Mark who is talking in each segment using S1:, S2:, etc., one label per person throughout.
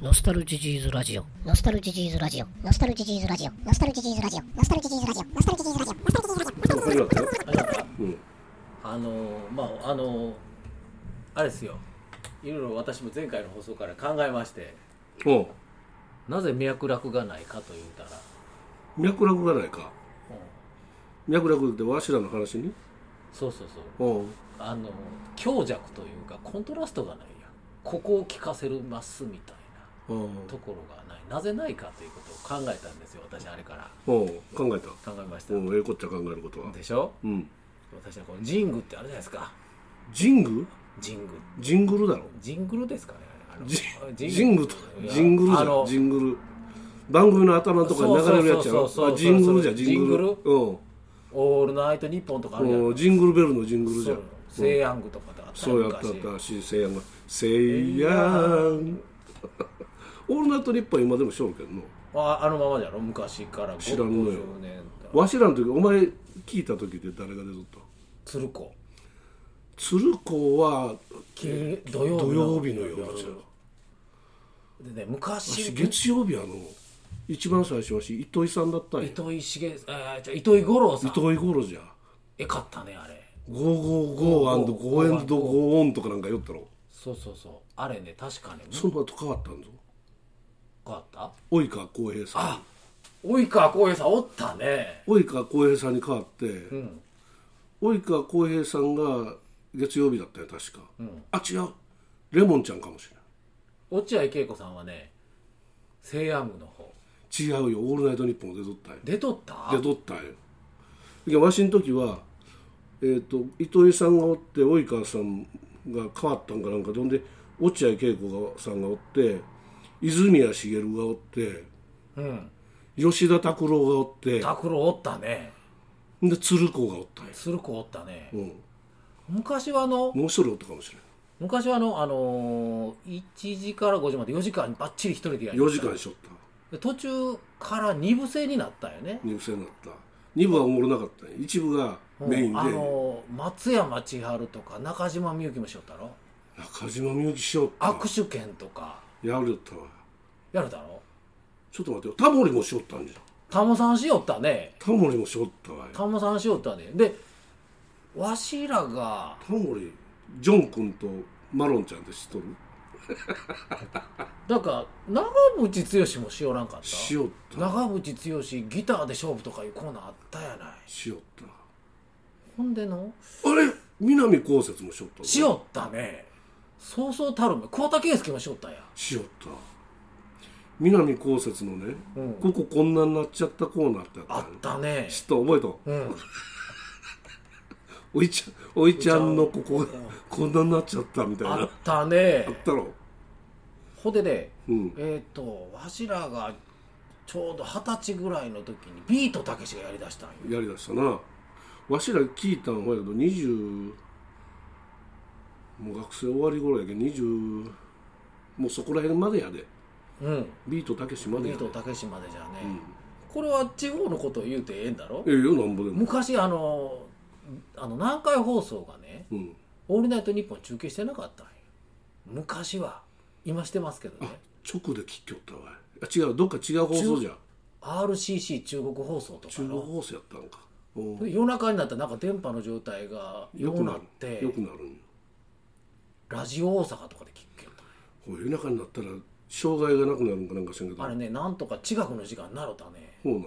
S1: ノスタルジジーズラジオ。
S2: ノスタルジジーズラジオ。ノスタルジジーズラジオ。ノスタルジジーズラジオ。ノスタルジジーズラジオ。ノスタルジジーズラジオ。ノスタルジジーズラジオ。
S3: わかりますよ。
S4: あれなんか
S3: うん。
S4: あのーまああのーあれですよいろいろ私も前回の放送から考えまして
S3: おう
S4: なぜ脈絡がないかと言うたら、
S3: 脈絡がないか。
S4: うん
S3: 脈絡ってわしらの話に
S4: そうそうそう
S3: おう
S4: あのー強弱というかコントラストがないやんここを聞かせるますみたい
S3: おう
S4: なところがないなぜないかということを考えたんですよ私あれから
S3: おう考えた。
S4: 考えました
S3: おうええこっちゃ考えることは。
S4: でしょ
S3: うん。
S4: 私はこのジングってあるじゃないですか
S3: ジング
S4: ジング
S3: ジングルだろ。
S4: ジングルですかねあの
S3: ジ
S4: ジン
S3: ジングと、ジングルじ
S4: あ
S3: ゃ
S4: の
S3: ん。ジングル。番組の頭とかに流れるやつや
S4: そうそうそうそう
S3: ろ。
S4: そう
S3: あジングルじゃん、ジングル。
S4: ジンオールナイトニッポンとかあるじゃ
S3: うんん。うんジングルベルのジングルじゃん。
S4: セイヤングとかだった
S3: そうやったやったし、せいやんが。せいやん。 オールナイトニッポンは今でもしょるけどな。
S4: ああのままじゃろ昔から
S3: 知らんのよ
S4: 50年だ
S3: わしらの時、お前聞いた時って誰が出とった
S4: 鶴子
S3: 鶴子は
S4: 金土曜日
S3: 土曜日の
S4: 夜
S3: ような
S4: でね昔
S3: 私月曜日あの一番最初はし糸井さんだったんや糸
S4: 糸井重あじゃあ糸井五郎さん
S3: 井五郎じゃ
S4: えかったねあれ
S3: 555&5 エンド5オンとかなんか言ったろ
S4: そうそうそうあれね確かね
S3: その後変わったんぞ
S4: かった
S3: 及川浩平さん
S4: 及川浩平さんおったね
S3: 及川浩平さんに変わって、
S4: ん
S3: 及川浩平さんが月曜日だったよ確か、
S4: ん
S3: あ違うレモンちゃんかもし
S4: 落合恵子さんはねセイヤングの方
S3: れない違うよ「オールナイトニッポン」出とったんや
S4: 出とった
S3: で取ったんよでわしの時は、えー、と糸井さんがおって及川さんが変わったんかなんかでほんで落合恵子さんがおって泉谷しげるがおって
S4: うん
S3: 吉田拓郎がおって
S4: 拓郎おったね
S3: で鶴子がおったんや、
S4: 鶴子おったね
S3: うん、
S4: 昔はあの
S3: もう一人おったかもしれない
S4: 昔はあの、あのー、1時から5時まで4時間ばっちり一人でやりま
S3: 4
S4: し
S3: 時
S4: た
S3: 間しょった
S4: で途中から2部制になったよね
S3: 入選になった2部はおもろなかったんや1部がメインで、
S4: あのー松山千春とか中島みゆきもしよったろ
S3: 中島みゆきしよった
S4: 握手券とか
S3: やるよったわ
S4: やるだろ
S3: ちょっと待ってよタモリもしよったんじゃん
S4: タモさんしよったね
S3: タモリもしよったわよ
S4: タモさんしよったねでわしらが
S3: タモリジョン君とマロンちゃんって知っとる
S4: だから長渕剛もしよらんかった
S3: しよった
S4: 長渕剛ギターで勝負とかいうコーナーあったやない
S3: しよった
S4: ほんでの
S3: あれ南こうせつもしよった
S4: しよったねそうそうたるめ桑田佳祐もしよったんや
S3: しよった南こうせつのね、
S4: うん
S3: こここんなになっちゃったコーナーってあった
S4: あ
S3: よ
S4: ったね
S3: 知った覚えと
S4: うん
S3: おいちゃんおいちゃんのここがこんなになっちゃったみたいな
S4: あ
S3: あ
S4: っ
S3: った
S4: ね
S3: たろ
S4: ほんでね
S3: うん
S4: えっ、とわしらがちょうど二十歳ぐらいの時にビートたけしがやりだしたんよ
S3: やりだしたなわしら聞いたんほやけど20もう学生終わり頃やけど20もうそこら辺までやで
S4: うん
S3: ビートたけしまで
S4: ビ
S3: や
S4: ー
S3: で
S4: トたけしまでじゃね、これは地方のことを言うてええんだろ
S3: ええよなんぼでも、
S4: 昔あのあの南海放送がね
S3: うん、
S4: 「オールナイトニッポン」中継してなかったんよ昔は今してますけどね
S3: 直で聞きよったわあ違うどっか違う放送じゃん
S4: RCC 中国放送とか
S3: 中国
S4: の
S3: 放送やったんかおう
S4: で夜中になったらなんか電波の状態がよ
S3: よ
S4: く
S3: く
S4: な
S3: な
S4: って
S3: るよくなるんよ
S4: ラジオ大阪とかで聞くけど
S3: ほい夜中になったら障害がなくなるんかなんか知らんけど
S4: あれねなんとか地学の時間になろたね
S3: ほうな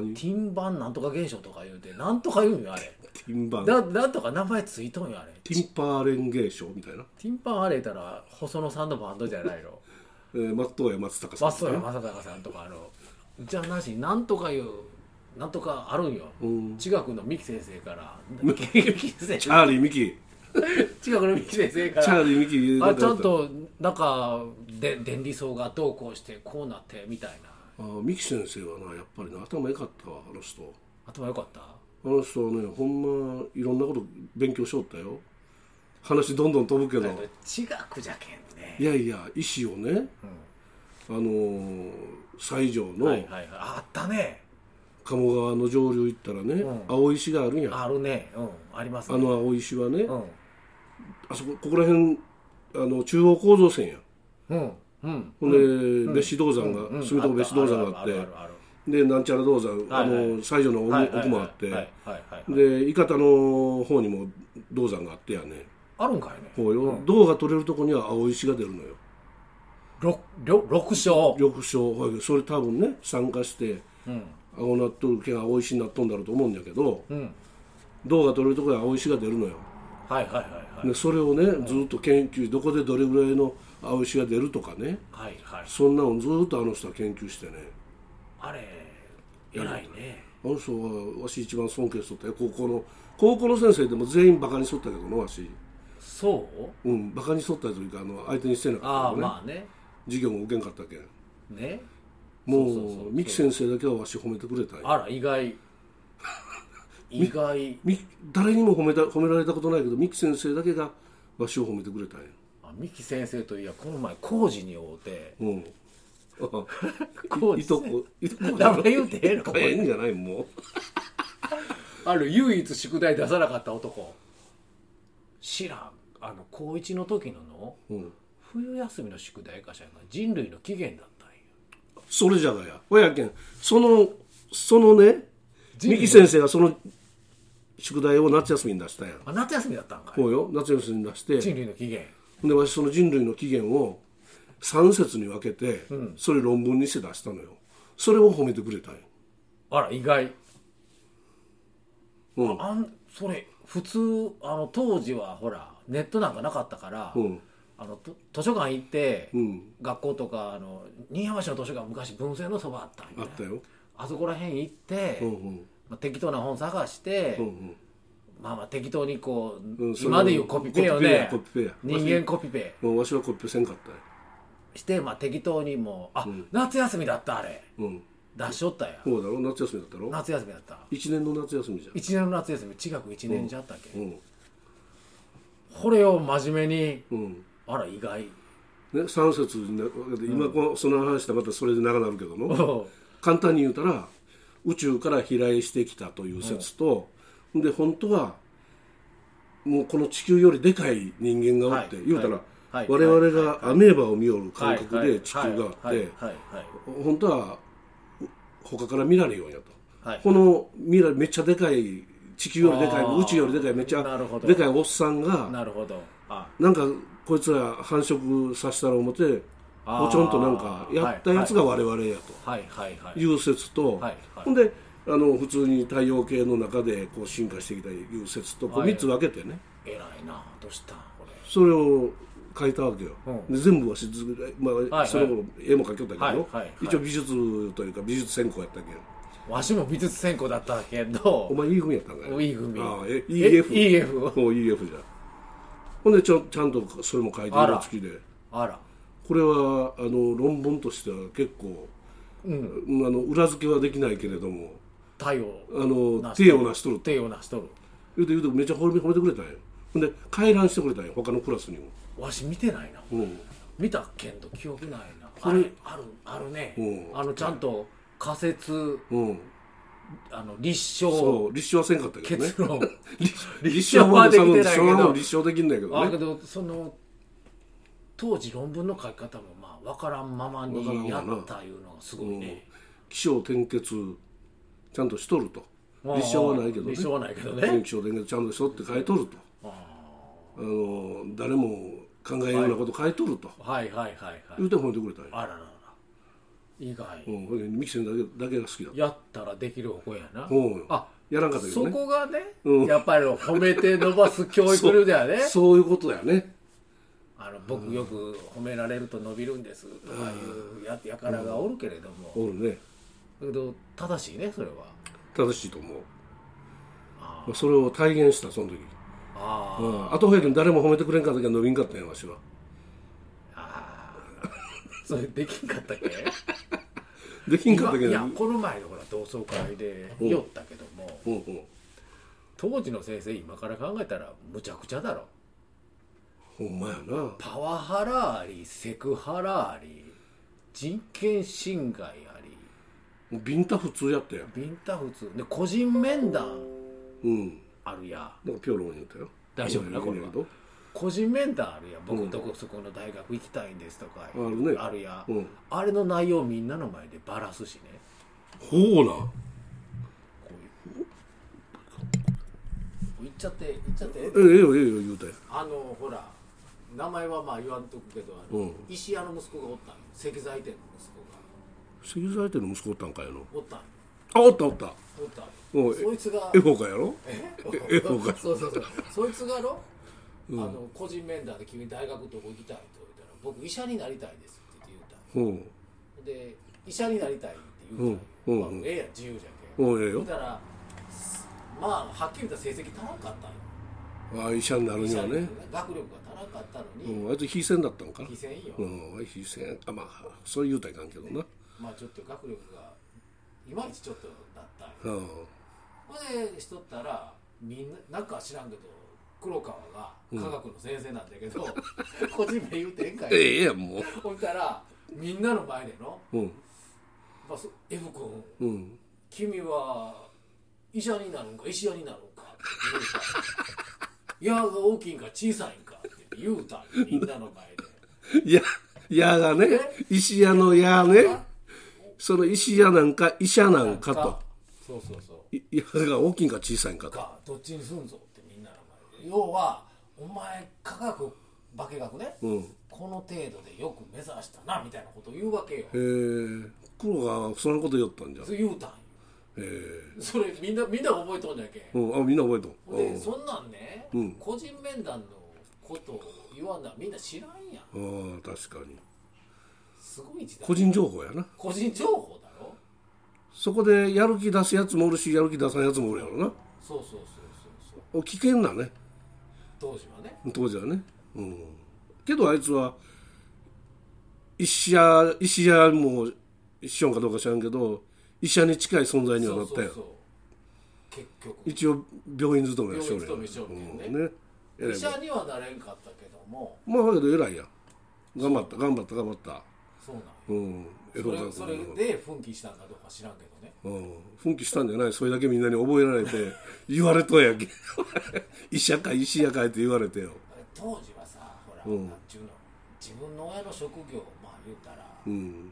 S3: ん何テ
S4: ティンバンなんとか現象とか言うてなんとか言うんよあれ
S3: ィンバン
S4: ななんとか名前ついとんよあれ
S3: ティンパーレンゲーションみたいな、
S4: ティンパンあれたら細野さんのバンドじゃな いの
S3: えー、松任谷松坂さん
S4: 松任谷正隆さんとかあのじゃなしなんとかいうなんとかあるんよ
S3: うん
S4: 地学の三木先生から 三木先
S3: チ
S4: 生
S3: ャーリー・ミキチ
S4: 地学の三木先生か
S3: ャ
S4: ら
S3: ーリー・ミキ
S4: あちゃんとなんかで電離層がどうこうしてこうなってみたいな
S3: あミキ先生はなやっぱりな頭良かったわあの人
S4: 頭良かった
S3: あの人はねほんまいろんなこと勉強しよったよ話どんどん飛ぶけど
S4: 地学じゃけんね
S3: いやいや石をね、あのー西条
S4: はい
S3: の
S4: はいはいああったね
S3: 鴨川の上流行ったらね、
S4: うん
S3: 青石があるんやあ
S4: あるねうんありますね
S3: の青石はね、
S4: うん
S3: あそこここら辺あの中央構造線や
S4: うんうん
S3: ほんで、別子銅山が、住友別子銅山があっ
S4: る
S3: て
S4: るある
S3: でなんちゃら銅山、
S4: はいはい
S3: あの西条の奥,、
S4: はいはいはい
S3: もあって、
S4: はいはいはいはい
S3: で伊方の方にも銅山があってやね
S4: あるんかいね
S3: こうよ、銅が取れるとこには青石が出るのよ
S4: 六六六勝
S3: 緑青ほいでそれ多分ね参加して
S4: うん
S3: 青なっとるけん青石になっとんだろうと思うんだけど
S4: うん
S3: 銅が取れるとこには青石が出るのよ
S4: はいはいはい
S3: でそれをねずっと研究どこでどれぐらいの青石が出るとかね
S4: はいはいはい
S3: そんなのずっとあの人は研究してね
S4: あれ偉いね
S3: あの人はわし一番尊敬しとったよ高校の高校の先生でも全員バカにしとったけどなわし
S4: そう
S3: うんバカにしとったというかあの相手にしてなか
S4: あ
S3: っ
S4: あ
S3: たけどね
S4: まあね
S3: 授業も受けんかったけん
S4: ね
S3: も
S4: そうそうそう
S3: う三木先生だけはわし褒めてくれたんよ
S4: あら 意外意外
S3: み誰にも褒めた褒められたことないけど三木先生だけがわしを褒めてくれたんよ
S4: あ三木先生といやこの前工事に会うて
S3: うん
S4: 工
S3: い
S4: 事
S3: いとこいとこ
S4: 名前言うてええの
S3: ええんじゃないもう
S4: ある唯一宿題出さなかった男知らんあの高一の時のの、冬休みの宿題かしらんが人類の起源だったんよ
S3: それじゃがやほやけんそのそのね
S4: 人類
S3: 三木先生がその宿題を夏休みに出したんやん
S4: あ夏休みだったんかい
S3: こうよ夏休みに出して
S4: 人類の起源
S3: でわしその人類の起源を3節に分けて、それ論文にして出したのよそれを褒めてくれたんよ、
S4: あら意外
S3: うん
S4: あんそれ普通あの当時はほらネットなんかなかったから、
S3: うん
S4: あのと図書館行って、
S3: ん
S4: 学校とかあの新居浜市の図書館昔文鮮のそばあったんよね
S3: あったよ、
S4: あそこら辺行って、
S3: うんうん
S4: まあ、適当な本探して、
S3: うんうん、
S4: まあまあ適当にこう、
S3: うんそれ
S4: 今でいうコピペよね
S3: コピペやコピペや
S4: 人間コピペ
S3: もうわしはコピペせんかったよ
S4: して、まあ、適当にもうあ、夏休みだったあれ
S3: うん
S4: 出しとったや、
S3: そうだろ夏休みだったろ
S4: 夏休みだった
S3: 1年の夏休みじゃ
S4: 1年の夏休み近く1年じゃったっけ、
S3: んうん
S4: これを真面目に
S3: うん
S4: あら意外
S3: ね、3節にな今このその話したらまたそれで長なるけども
S4: おう
S3: 簡単に言うたら宇宙から飛来してきたという説と、で本当はもうこの地球よりでかい人間がおって、
S4: はい
S3: 言うたら、
S4: はい
S3: 我々
S4: はい
S3: がアメーバを見よる
S4: は
S3: 感
S4: い
S3: 覚で地球があって、
S4: はいはいはい
S3: 本当は他から見られようやと、
S4: はい
S3: この見らめっちゃでかい地球よりでかい
S4: あー
S3: 宇宙よりでかいめっちゃ
S4: なるほど
S3: でかいおっさんが
S4: なるほどあ
S3: なんかこいつら繁殖させたら思って
S4: あー
S3: ぽちょんとなんかやったやつが我々や
S4: はいはいは
S3: と
S4: い
S3: いう説と、
S4: はいはい
S3: ほんであの普通に太陽系の中でこう進化してきたいう説とこう
S4: はい
S3: 3つ分けてね、
S4: 偉いなどうしたんこれ
S3: それを書いたわけよ、
S4: うん
S3: で全部はしず、まあ
S4: はい
S3: その頃絵も描きよったけど、
S4: はいはいはい
S3: 一応美術というか美術専攻やったけど
S4: わしも美術専攻だったけ
S3: お
S4: ど
S3: 前 E 組やったんだよ
S4: E 組
S3: ああ
S4: え
S3: え EF
S4: EF
S3: もう EF じゃほんでちょちゃんとそれも書いて
S4: あら
S3: 色付きで
S4: あら
S3: これはあの論文としては結構、うんあの裏付けはできないけれども
S4: 太陽
S3: あの手
S4: しとる
S3: を成しとるって
S4: 手をなしとる
S3: 言うて言うてめっちゃ褒め褒めてくれたんよほんで回覧してくれたんよ他のクラスにも
S4: わし見てないな
S3: うん
S4: 見たけんど記憶ないなあ
S3: こ
S4: れ
S3: れ
S4: あるあるね
S3: うん
S4: あのちゃんと仮説
S3: うん
S4: あの立証
S3: そう立証はせんかったけどね
S4: 結論
S3: 立
S4: 証はできてないけど
S3: そんなもん立証できんないけど
S4: あけ
S3: ね
S4: どその当時論文の書き方もまあ分からんまま
S3: わからん
S4: にや
S3: わな
S4: ったいうのがすごいね、
S3: 起承転結ちゃんとしとると
S4: まあ
S3: 立証はないけどね
S4: 立証はないけど
S3: 電
S4: ね
S3: 気省電源ちゃんとしとって書いとるとあの誰も考えようなこと書いとると
S4: はいはいはいはい、
S3: 言うて褒めてくれたんや、
S4: あらららら意外、
S3: うん、ほいでミキ先生だけだけが好きだった
S4: やったらできる方向やな、
S3: うん
S4: あ
S3: やらんかったけ
S4: そ
S3: どね
S4: こがね、
S3: うん
S4: やっぱり褒めて伸ばす教育ではね
S3: そういうことやね
S4: あの僕よく褒められると伸びるんですとかいうややからがおるけれども、
S3: おるね
S4: だけど正しいねそれは
S3: 正しいと思う
S4: あ
S3: まあそれを体現したその時
S4: あ
S3: う
S4: ー
S3: んあとほやけん誰も褒めてくれんかったけど伸びんかったんやわしは
S4: あーそれできんか ったっけ
S3: できんかったけ
S4: い
S3: ど
S4: やこの前のほら同窓会で
S3: うん
S4: 酔ったけども
S3: うんうん
S4: 当時の先生今から考えたらむちゃくちゃだろ
S3: ほんまやな
S4: パワハラありセクハラあり人権侵害あり
S3: もうビンタ普通やったやん
S4: ビンタ普通で個人面談
S3: うん
S4: あるや
S3: なんかピョロン言うたよ
S4: 大丈夫なこれは
S3: 言うけど
S4: 個人メンターあるやん僕どこそこの大学行きたいんですとか
S3: あるね
S4: あるや、
S3: うん
S4: あれの内容みんなの前でバラすしね
S3: ほうなん
S4: こういう行っちゃって行っちゃって
S3: ええよええよ言うたやん
S4: あのほら名前はまあ言わんとくけどあの、
S3: うん
S4: 石屋の息子がおったんよ石材店の息子が
S3: 石材店の息子おったんかやの
S4: おったんよ
S3: あおったおった
S4: おったんよ
S3: おう
S4: そいつが
S3: エホかやろ
S4: え
S3: えそうか
S4: そうそうそうそいつがやろ、あの個人面談で君大学どこ行きたいと言ったら僕医者になりたいですって言った
S3: うん
S4: ので医者になりたいって言うた
S3: うんん
S4: よ、
S3: うん
S4: まあ、ええやん自由じゃんけ
S3: おうええ
S4: 言
S3: よ
S4: うたらすまあはっきり言ったら成績足らんかったんよ
S3: あ医者になるに
S4: 医者
S3: は
S4: になる
S3: ね
S4: ね学力が足らんかったの
S3: う
S4: に、
S3: んあいつ非戦だったんかな
S4: 非戦よ、
S3: うんあいつ非戦あまあそう言うたらいかんけどな
S4: まあちょっと学力がいまいちちょっとだったんよ
S3: うん
S4: ほんでしとったらみんななんか知らんけど黒川が科学の先生なんだけど、 個人名言うてええんかい
S3: ええやんも
S4: ほんたらみんなの前での
S3: ううん
S4: 「まあ、そ F 君
S3: うん
S4: 君は医者になるんか医者になるんか」って言うから「 矢が大きいんか小さいんか」って言うたんよみんなの前で。
S3: い や矢がね石屋の矢ねその石屋なんか医者 なんかと
S4: そうそうそう
S3: い矢が大きいんか小さいんかと
S4: かどっちにすんぞってみんなの前で要はお前科学化学ね、
S3: うん
S4: この程度でよく目指したなみたいなことを言うわけよ
S3: へえ黒がそんなこと言ったんじゃ
S4: そう言うたんよ
S3: へえ
S4: それみんなみんな覚えとんじゃけん
S3: うんあみんな覚えとん
S4: ほんでそんなんね、
S3: うん
S4: 個人面談のことを言わんなみんな知らんやん
S3: うんああ確かに
S4: すごい時代
S3: 個人情報やな
S4: 個人情報だろ
S3: そこでやる気出すやつもおるしやる気出さんやつもおるやろな
S4: そうそうそうそうそう
S3: お危険なね
S4: 当時はね
S3: 当時はねうんけどあいつは石屋石屋もしよんかどうか知らんけど医者に近い存在にはなった
S4: そう
S3: やん
S4: そうそう結局
S3: 一応病院勤めはしょ
S4: 病院勤めしよるけ
S3: ね
S4: どね
S3: ね偉
S4: 医
S3: いもん
S4: 者にはなれんかったけども
S3: まあだけど偉いやん頑張った頑張った頑張った
S4: そうなんよ
S3: うんエ
S4: そ
S3: ロ
S4: れ
S3: 学
S4: それで奮起したんかどうか知らんけどね
S3: うん奮起したんじゃないそれだけみんなに覚えられて言われとんやけん 医者か医師やかいって言われてよ
S4: 当時はさほら、
S3: うん
S4: なんちゅうの自分の親の職業をまあ言うたら、
S3: うん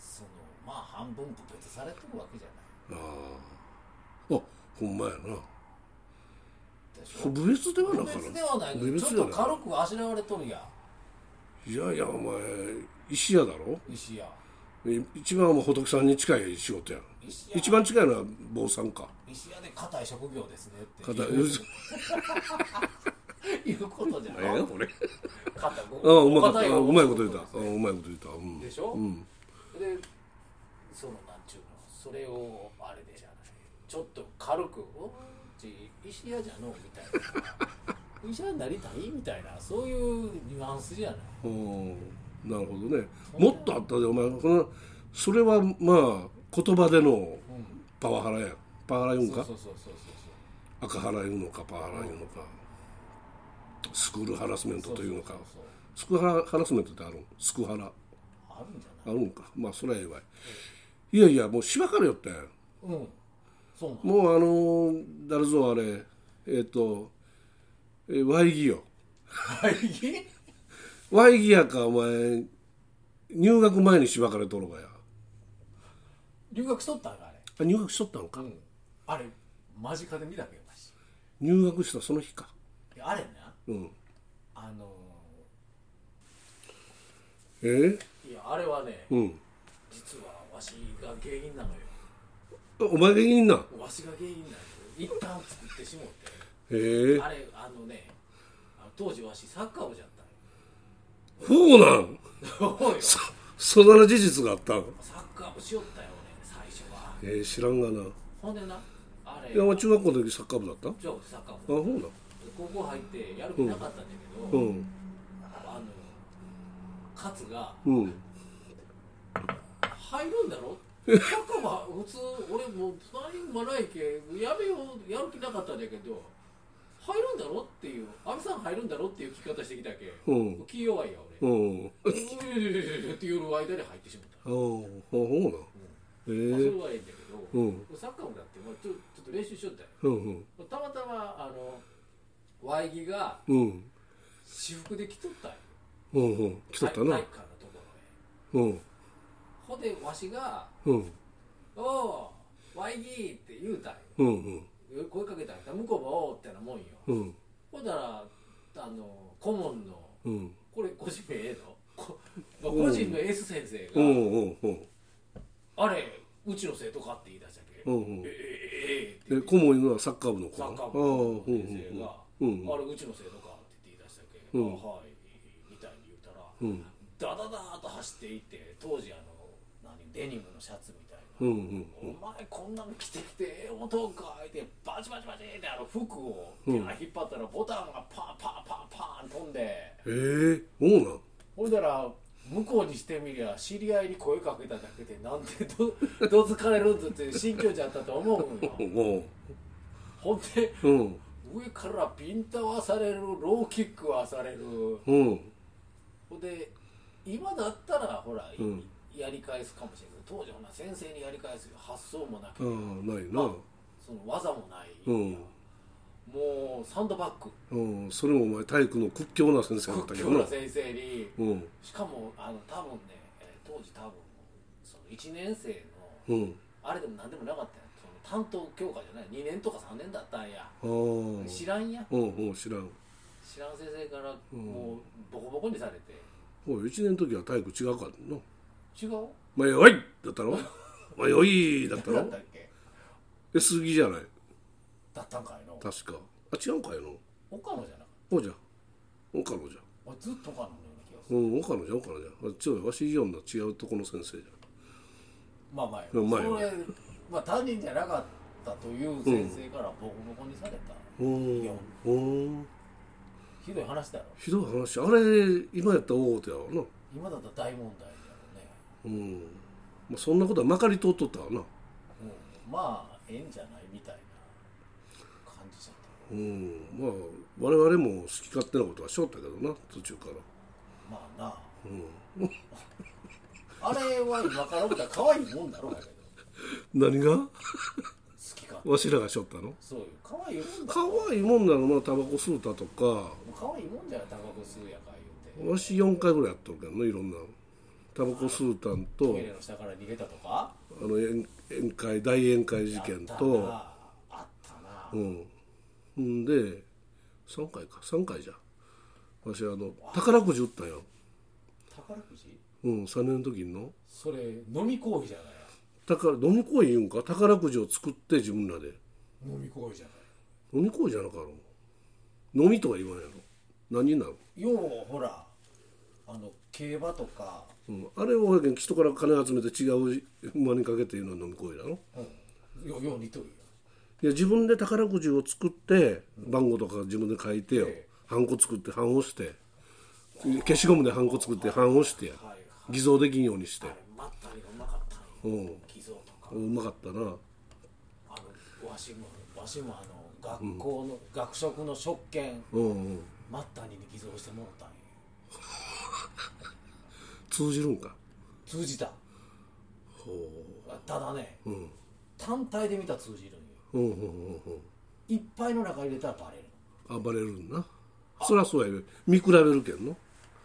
S4: そのまあ半分分別されてるわけじゃな
S3: あああほんまやない
S4: でし
S3: 個
S4: ょ
S3: 別ではな
S4: 分
S3: か
S4: 別で
S3: ら
S4: はないけ
S3: 分
S4: ど
S3: 別
S4: ち
S3: で
S4: ょ
S3: は
S4: っ
S3: な
S4: と
S3: い
S4: 軽くあしらわれとるや
S3: いやいやお前石屋だろ
S4: ん石屋
S3: え一番はもう仏さんに近い仕事やん
S4: 石屋
S3: 一番近いのは坊さんか
S4: 石屋で硬い職業ですねって
S3: かた
S4: いう いうことじゃない
S3: えこれ
S4: 硬い
S3: ああうまかった
S4: 硬い
S3: あうまいこと言ったあ
S4: そうそう
S3: あうまいこと言ったうん
S4: でしょ
S3: うん
S4: そうでそのなんちゅうのそれをあれでじゃないちょっと軽く「おうち石屋じゃのう」みたいな医者になりたいみたいなそういうニュアンスじゃない
S3: うんなるほどねもっとあったでお前このそれはまあ言葉でのパワハラやパワハラ言うん
S4: そう
S3: か
S4: そうそうそうそう
S3: 赤ハラ言うのかパワハラ言うのかスクールハラスメントというのか
S4: そうそうそう
S3: スクハラハラスメントってあるのスクハラ
S4: あるんじゃ
S3: あ
S4: ない
S3: るんかまあそれはええわいいやいやもうしばかれよったやん
S4: うんそうなの
S3: もうあのー誰ぞあれえっ、と、えー、ワイギよ
S4: 会議
S3: ワイギやかお前入学前にしばかれとるがや
S4: 留学しとったんかあれ
S3: あ入学しとったんか、
S4: うんあれ間近で見たけどわし
S3: 入学したその日か
S4: いやあれな
S3: うん
S4: あの
S3: えー、
S4: ーいやあれはね
S3: うん
S4: 実はわしが原因なのよ
S3: あお前がいいんな
S4: わしが原因なのよ一旦作ってしもって
S3: へえ
S4: あれあのねあの当時わしサッカー部じゃった
S3: そうなん
S4: んよそうよサ
S3: そそんな事実があったん
S4: ッカー部しよったよね最初は
S3: えー、知らんがな
S4: ほんでなあれ
S3: いやお前中学校の時サッカー部だったあ
S4: じゃあサッカー部
S3: そうなん
S4: 高校入ってやる気なかったんだけ
S3: う
S4: ど、
S3: ん
S4: あの勝が
S3: うん
S4: 入るんだろサッカーは普通俺もう何もないけやめようやる気なかったんだけど入るんだろっていう阿部さん入るんだろっていう聞き方してきたけ、
S3: うん
S4: 気弱いや
S3: う
S4: 俺、
S3: ん
S4: うーって夜間に入ってしまっ
S3: ああ
S4: た
S3: そうなんえ
S4: まあそれ
S3: ー、
S4: はええんだけ
S3: う
S4: ど、
S3: ん
S4: サッカーもだってまあちょちょっと練習しよったよ
S3: うんうん
S4: たまたまあの Y 木が
S3: うん
S4: 私服で着とったんよ
S3: うんうん来とったな
S4: 体育館のところ
S3: うん
S4: へほんでわしが
S3: うん
S4: 「おうワイギー」って言うたん
S3: うんうん
S4: よ声かけたんや向こうも「おう」ってなもんよ
S3: うん
S4: ほんだらあの顧問の
S3: うん
S4: これ個人名ええのこまあ個人の S 先生
S3: う
S4: が
S3: んうんうん
S4: 「あれうちの生徒か?」って言い出したけ
S3: うんうん
S4: ええええええ」って
S3: で顧問いうのはサッカー部の子
S4: サ
S3: な
S4: ッカー部の
S3: ああうん
S4: 先生が「
S3: うんうん
S4: あれうちの生徒か?」って言い出したけ「
S3: うん
S4: あはい」みたいに言ったら、
S3: うん
S4: ダダダーッと走っていって当時あの何デニムのシャツみたいな
S3: うんうん
S4: お前こんなの着てきてええ音かいてバチバチバチってあの服を手が引っ張ったらボタンがパンパンパンパン飛んで
S3: うんへえそうなん
S4: ほんだら向こうにしてみりゃ知り合いに声かけただけでなんでど どつかれるんだっていう心境じゃったと思うんよ
S3: おう
S4: ほんで
S3: うん
S4: 上からピンタはされるローキックはされる
S3: うん
S4: ほんで今だったらほら、い
S3: うん
S4: やり返すかもしれないけど当時ほな先生にやり返す発想もな
S3: ああ
S4: く
S3: ないな、
S4: まあその技もない、
S3: うん
S4: もうサンドバッグ
S3: うん、それもお前体育の屈強な先生だった
S4: 屈
S3: け
S4: 強
S3: どな
S4: な先生に
S3: うん
S4: しかもあの多分ねえー当時多分その1年生の
S3: うん
S4: あれでも何でもなかったんやその担当教科じゃない2年とか3年だったんや
S3: ああ
S4: 知らんや
S3: うんうん知らん
S4: 知らん先生から
S3: うん
S4: もうボコボコにされて
S3: おい1年の時は体育違うからな
S4: 違う
S3: 「まあよい!」だったろ「まあよい!」だった
S4: 誰だっ
S3: ろ
S4: たっけ
S3: え杉じゃない
S4: だったんかいの
S3: 確かあ違うんかいの
S4: 岡野じゃなかっ
S3: おじゃ岡野じゃ
S4: た俺ずっと岡野のような気がする
S3: うん岡野じゃ岡野じゃあ違うわし以上の違うとこの先生じ
S4: まあまあ
S3: うまい
S4: そ
S3: よ
S4: れまあ担任じゃなかったという先生からボコボコにされた、
S3: ゃうんうん
S4: ひどい話だろ
S3: ひどい話あれ今やったら大事やわな
S4: 今だったら大問題だろ
S3: うん、まあ、そんなことはまかり通っとったわな
S4: うね、うん、まあええんじゃないみたいな感じちゃった
S3: うんまあ我々も好き勝手なことはしょったけどな途中から
S4: まあな
S3: うん
S4: あれは今から見たら可愛いもんだろうやけど
S3: 何が
S4: 好きか
S3: わしらがしょったの
S4: そういう可愛いもんだ
S3: 可
S4: ろ
S3: 愛いもんなのなタバコ吸うたとか
S4: 可愛いもんじゃないタバコ吸うやか言うて
S3: わし4回ぐらいやっとるけどねいろんなタバコ吸うたん
S4: ト
S3: と
S4: イレの下から逃げたとか
S3: あの宴宴会大宴会事件と
S4: あったなあった
S3: う
S4: な、
S3: んほんで3回か3回じゃわしあの宝くじ売ったんよ、
S4: 宝くじ
S3: うん、3年の時にの
S4: それ飲み行為じゃない
S3: 宝飲み行為言うんか宝くじを作って自分らで
S4: 飲み行為じゃない
S3: 飲み行為じゃなかろう飲みとは言わんやろ何になる、
S4: ようほらあの競馬とか、
S3: うん、あれをほやけん人から金集めて違う馬にかけていうのは飲み行為だろ
S4: うん、ようよう似とるよ
S3: いや自分で宝くじを作って番号とか自分で書いてよ、
S4: ええ
S3: ハンコ作ってハン押して消しゴムでハンコ作ってハン押してや
S4: はいはい
S3: 偽造できんようにして
S4: あれまったりがうまかった
S3: うん
S4: よ
S3: ん
S4: 偽造とか
S3: うまかったな
S4: あのわしもわしもあの学校の、学食の食券
S3: うんうん
S4: マッタニに偽造してもらったんよ
S3: 通じるんか
S4: 通じた
S3: ほ
S4: ただね
S3: ううん
S4: 単体で見たら通じるんよ
S3: うんうんうんうん
S4: いっぱいの中入れたらバレる
S3: 暴れるんなそりゃそうやよ見比べるけんの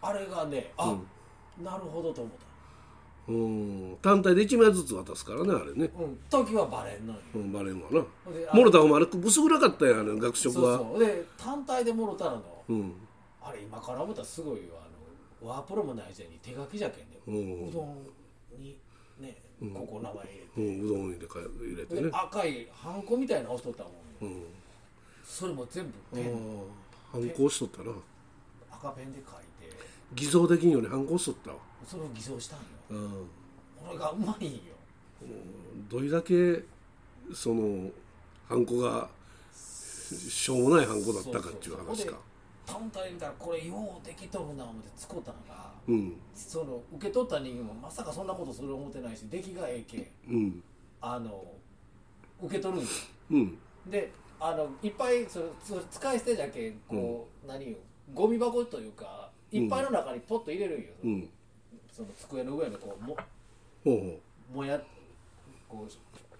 S4: あれがねあ、なるほどと思っ
S3: うん単体で1枚ずつ渡すからねあれね
S4: たうん時はバレんのよ
S3: うんバレんわな
S4: であ
S3: モルタもあれ薄暗かったやんあの学食
S4: そう
S3: は
S4: そうで単体でもろたらの、
S3: うん
S4: あれ今から見たらすごいよあのワープロもないじゃんに手書きじゃけんね、
S3: うん
S4: うどんにねここ名前入れて、
S3: うんうどん入れか入れてね
S4: で赤いハンコみたいなの押しとったもん、
S3: うん
S4: それも全部
S3: あ
S4: ペン
S3: あ反抗しとったな
S4: 赤ペンで書いて
S3: 偽造できんように反抗しとったわ
S4: それを偽造したんよ
S3: うん
S4: 俺がうまいんよ
S3: どれだけその反抗がしょうもない反抗だったかっていう
S4: そう
S3: 話
S4: そう
S3: か
S4: ほんで単体で見たらこれようできとるな思って使ったのが
S3: うん
S4: その受け取った人間もまさかそんなことする思ってないし出来がええけん
S3: うん
S4: あの受け取るんよ
S3: うん
S4: であのいっぱいそれそれ使い捨てじゃけんこう、何よゴミ箱というかいっぱいの中にポッと入れるんよ、
S3: うん
S4: その机の上のこうも
S3: ほうほ
S4: もやこう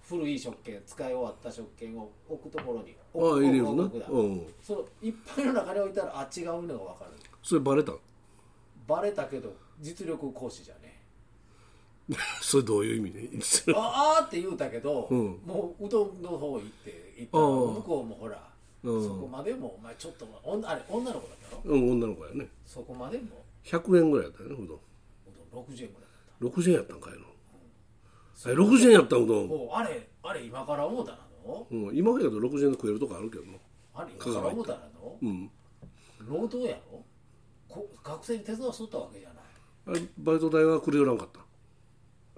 S4: 古い食券使い終わった食券を置くところに
S3: ああ入れるな
S4: 置くだ
S3: うん
S4: そのいっぱいの中に置いたらあ違うのが分かる
S3: それバレたん
S4: バレたけど実力行使じゃね
S3: それどういう意味ね
S4: ああーって言うたけど、
S3: うん
S4: もううどんの方行って行ったら
S3: あー
S4: 向こうもほら、
S3: うん
S4: そこまでもお前ちょっとおんあれ女の子だったろ
S3: うん女の子やね
S4: そこまでも
S3: 100円ぐらいやったよねうどん
S4: うどん60円ぐらいだっ
S3: 60円やったんかいのあれ60円やったんうど
S4: た
S3: ん、
S4: もうあれあれ今から思うたらの
S3: うん、今やと60円で食えるとこあるけどな
S4: あれ今から思うたらの
S3: うん
S4: 労働やろこ学生に手伝わしとったわけじゃない
S3: あれバイト代はくれよらんかった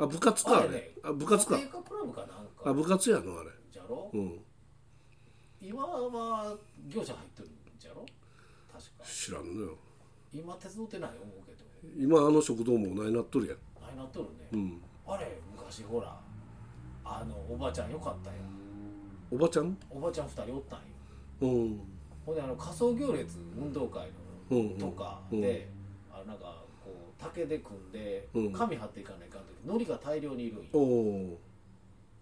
S3: あ部活かあれ
S4: ね
S3: あ部活か
S4: 家庭科プラムかなん
S3: あ
S4: か
S3: 部活やのあれ
S4: じゃろ
S3: うん
S4: 今は業者入ってるんじゃろ確か
S3: 知らんのよ
S4: 今手伝ってない思うけど
S3: 今あの食堂もないなっとるやん
S4: ないなっとるね、
S3: うん
S4: あれ昔ほらあのおばちゃんよかったやん
S3: おばちゃん
S4: おばちゃん二人おったんよ
S3: うん
S4: ほんであの仮想行列運動会
S3: うんう
S4: の
S3: ん
S4: とかで、あのなんかこう竹で組んで
S3: うん
S4: 紙貼っていかないかんときのりが大量にいるんよ
S3: おお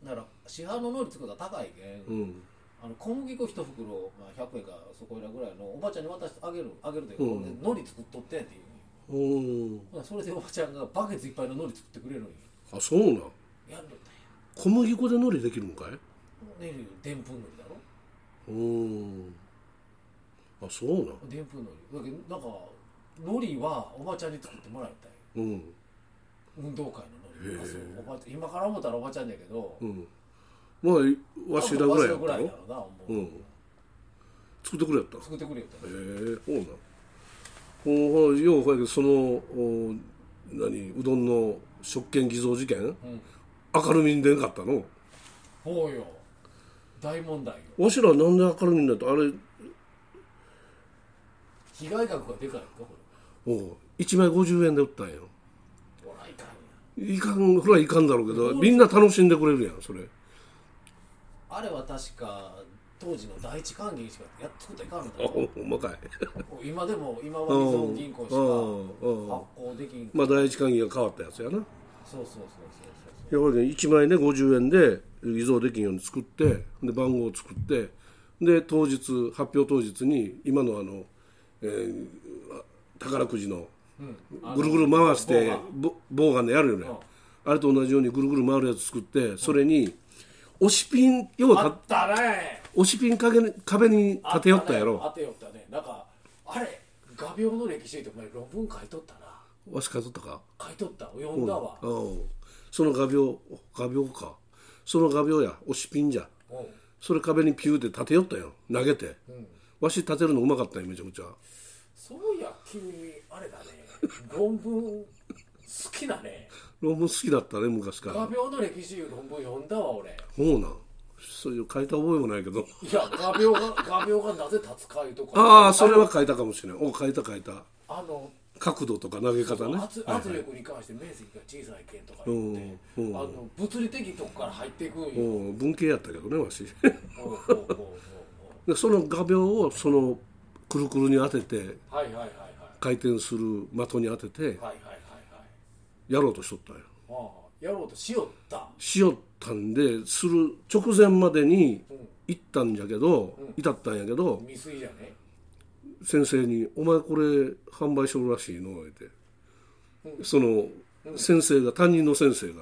S4: だから市販ののり作るが高いけん、
S3: うん
S4: あの小麦粉一袋、まあ、100円かそこらぐらいのおばちゃんに渡してあげるあげるで、
S3: うん
S4: 俺海苔作っとってんっていう
S3: うん
S4: ほなそれでおばちゃんがバケツいっぱいの海苔作ってくれるんよ
S3: あそうなん
S4: やるんだよ
S3: 小麦粉で海苔できるんかい
S4: ねでんぷん海苔だろ
S3: うんあそうなん
S4: でんぷん海苔だけどなんか海苔はおばちゃんに作ってもらったんよ
S3: うん
S4: 運動会の
S3: へ
S4: 海
S3: え
S4: 苔あそうおばちゃん今から思ったらおばちゃんだけど
S3: うんまあわしらぐらいや
S4: わし
S3: った
S4: だ
S3: ろ
S4: ろうな思う、
S3: うん作ってくれやった
S4: 作ってくれよって
S3: へえそうなんほうようほやけどそのお何うどんの食券偽造事件
S4: うん
S3: 明るみに出んかったの
S4: ほうよ大問題よ
S3: わしらなんで明るみになったあれ
S4: 被害額がでかいんだこ
S3: おう1枚50円で売ったんや
S4: れほらいかんや
S3: いかんこれはいかんだろうけどみんな楽しんでくれるやんそれ
S4: あれは確か当時の第一関係しかやっとこといかんのだ
S3: あほん
S4: よ
S3: ほんまかい
S4: 今でも今は依存銀行しか
S3: うんうん
S4: 発行できん
S3: まあ第一関係が変わったやつやない
S4: そうそうそうそう
S3: やほやけん1枚ね50円で偽造できんように作ってで番号を作ってで当日発表当日に今のあの、えーあ宝くじの
S4: そう、うん
S3: ぐるぐる回し
S4: あ
S3: て
S4: の
S3: ぼ棒がねやるよね、あれと同じようにぐるぐる回るやつ作ってそれに押しピン要
S4: あ
S3: は
S4: ったね
S3: 押しピン壁に壁に立て寄ったや
S4: あ
S3: ろ
S4: たね当てよったねなんかあれ画鋲の歴史ってお前論文書いとったな
S3: わしかとったか
S4: 書いとった読んだわ、
S3: うんその画鋲画鋲かその画鋲や押しピンじゃ
S4: うん
S3: それ壁にピューって立て寄ったよ投げて、わし立てるのうまかったよめちゃくちゃ
S4: そういや君あれだね論文好きだね
S3: 論文好きだったね昔から
S4: 画鋲の歴史いう論文読んだわ俺
S3: ほうなんそういう書いた覚えもないけど
S4: いや画鋲が画鋲がなぜ立つかいうとこ
S3: ああそれは書いたかもしれないお書いた書いた
S4: あの
S3: 角度とか投げ方ね
S4: 圧
S3: はい
S4: 圧力に関して面積が小さい県とか言って、
S3: うんうん
S4: あの物理的とこから入っていくんよ、うんうん
S3: もう文系やったけどねわし
S4: うんうん
S3: でその画鋲をそのくるくるに当てて
S4: はいはいはいはい
S3: 回転する的に当てて
S4: はいはいはいはい
S3: やろうとしとったんよ
S4: ああやろうとしよった
S3: しよったんでする直前までに行ったんじゃけど、至ったんやけど
S4: 未遂じゃね
S3: 先生に「お前これ販売しとるらしいの?」言って、その先生が担任の先生が、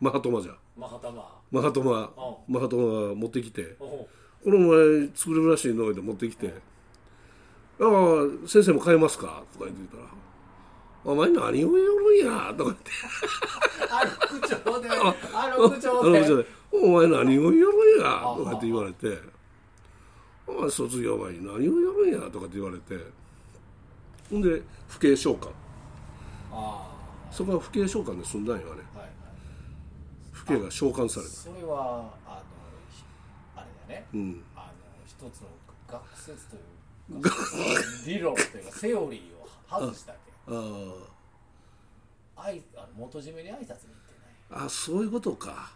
S3: マハトマじゃ
S4: マハタマ
S3: マハトマ、
S4: う
S3: マハトマが持ってきて
S4: おう
S3: 「これお前作れるらしいの?」言って持ってきて「ああ先生も買えますか?」とか言ってたら「お前何を言うるんや」とか言って
S4: あの口調であ
S3: あ
S4: の口調
S3: の口調
S4: で
S3: でお前何を言うるんや」とかって言われて「お前卒業前に何を言うるんや」とかって言われてほんで不敬召喚
S4: あ
S3: そこは不敬召喚で済んだんよあれ
S4: あはいはい
S3: 不敬が召喚された
S4: それはあのひあれだね、
S3: うん
S4: あの一つの学説とい うか理論というかセオリーを外したけ
S3: あ
S4: あいあの元締めに挨拶に行ってない
S3: ああそういうことか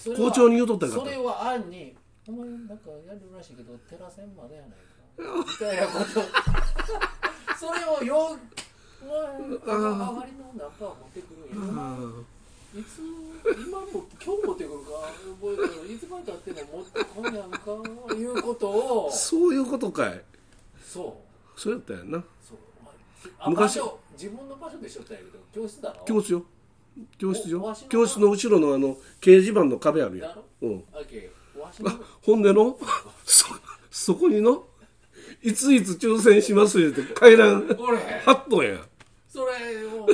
S4: それは
S3: 校長に言うとったんか
S4: それは案に「お前なんかやるらしいけど寺線までやないか」みたいなこと それをよお前あの周りのナンパを持ってくるんやな
S3: あ
S4: いつ今も今日持ってくるか覚えてるいつまでたっても持ってこんやんかいうことを
S3: そういうことかい
S4: そう
S3: そうやったんやんな
S4: そう、まあ、あ
S3: 昔
S4: 場所自分の場所でしょったんやけど教室だろ
S3: 教室よ教室
S4: おわ
S3: よ
S4: しの
S3: 教室の後ろのあの掲示板の壁あるや
S4: だ
S3: ん
S4: ろ、
S3: うん、
S4: あけわしの
S3: ほんでのそそこにのいついつ抽選しますよって階段
S4: 俺
S3: ハットやん
S4: それを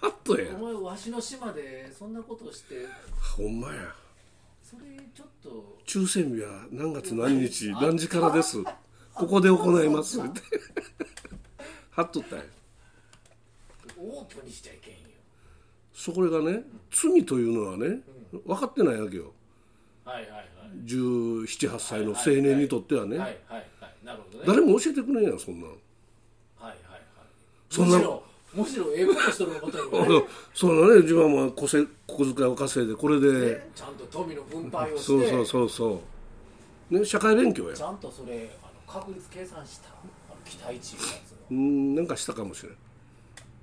S3: ハットや
S4: ど
S3: ん
S4: お前わしの島でそんなことして
S3: ほんまや
S4: それちょっと
S3: 抽選日は何月何日何時からですここで行い ますってハッとったんや
S4: オープンにしちゃいけんよ
S3: そこれがね罪というのはね分かってないわけよ
S4: はいはいはい
S3: 178歳の青年にとってはね、
S4: はいはいはいなるほどね
S3: 誰も教えてくれんやんそんなん
S4: はいはいはい
S3: そんな
S4: むしろむしろええことしとることに
S3: あ
S4: もね
S3: のそんなね自分はもう小せ小遣いを稼いでこれで
S4: ちゃんと富の分配をして
S3: そうそうそうそうね社会勉強や
S4: ちゃんとそれあの確率計算したあの期待値のやつ
S3: うーんなんかしたかもしれん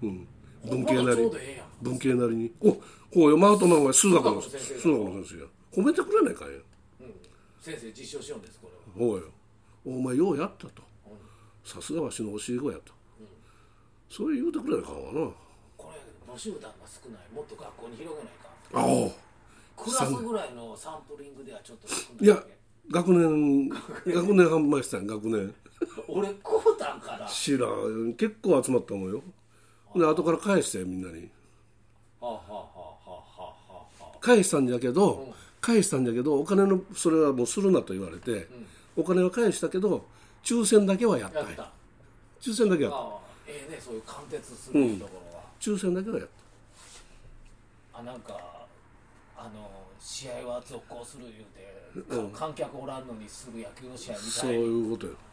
S3: うん文系
S4: ほん
S3: な
S4: まだちょ
S3: り
S4: うどええやん
S3: 文系なりにおこうよマートマンは数学の
S4: 数
S3: 数
S4: 学の先生
S3: 学の先生や褒めてくれないかんや
S4: 先生実証しようんですこれは
S3: ほうよお前ようやったとさすがわしの教え子やと、それ言うてくれなあかんわな
S4: これやけど募集団が少ないもっと学校に広げないか
S3: ああ
S4: クラスぐらいのサンプリングではちょっと少ない
S3: いや学年学年販売したん学年
S4: 俺こうたんからは
S3: 知らん結構集まったもんよで後から返してみんなに
S4: あはあはあはあはあはあ
S3: 返したんじゃけど、返したんじゃけどお金のそれはもうするなと言われて、お金は返したけど抽選だけはやった
S4: や
S3: ん
S4: っ
S3: や
S4: たあ
S3: 抽選だけやった
S4: あええねそういう貫徹するところは、
S3: 抽選だけはやっ
S4: あなんかあの試合は続行する言うて、か観客おらんのにすぐ野球の試合み
S3: た
S4: た
S3: そう
S4: いに
S3: いうことよね
S4: あ、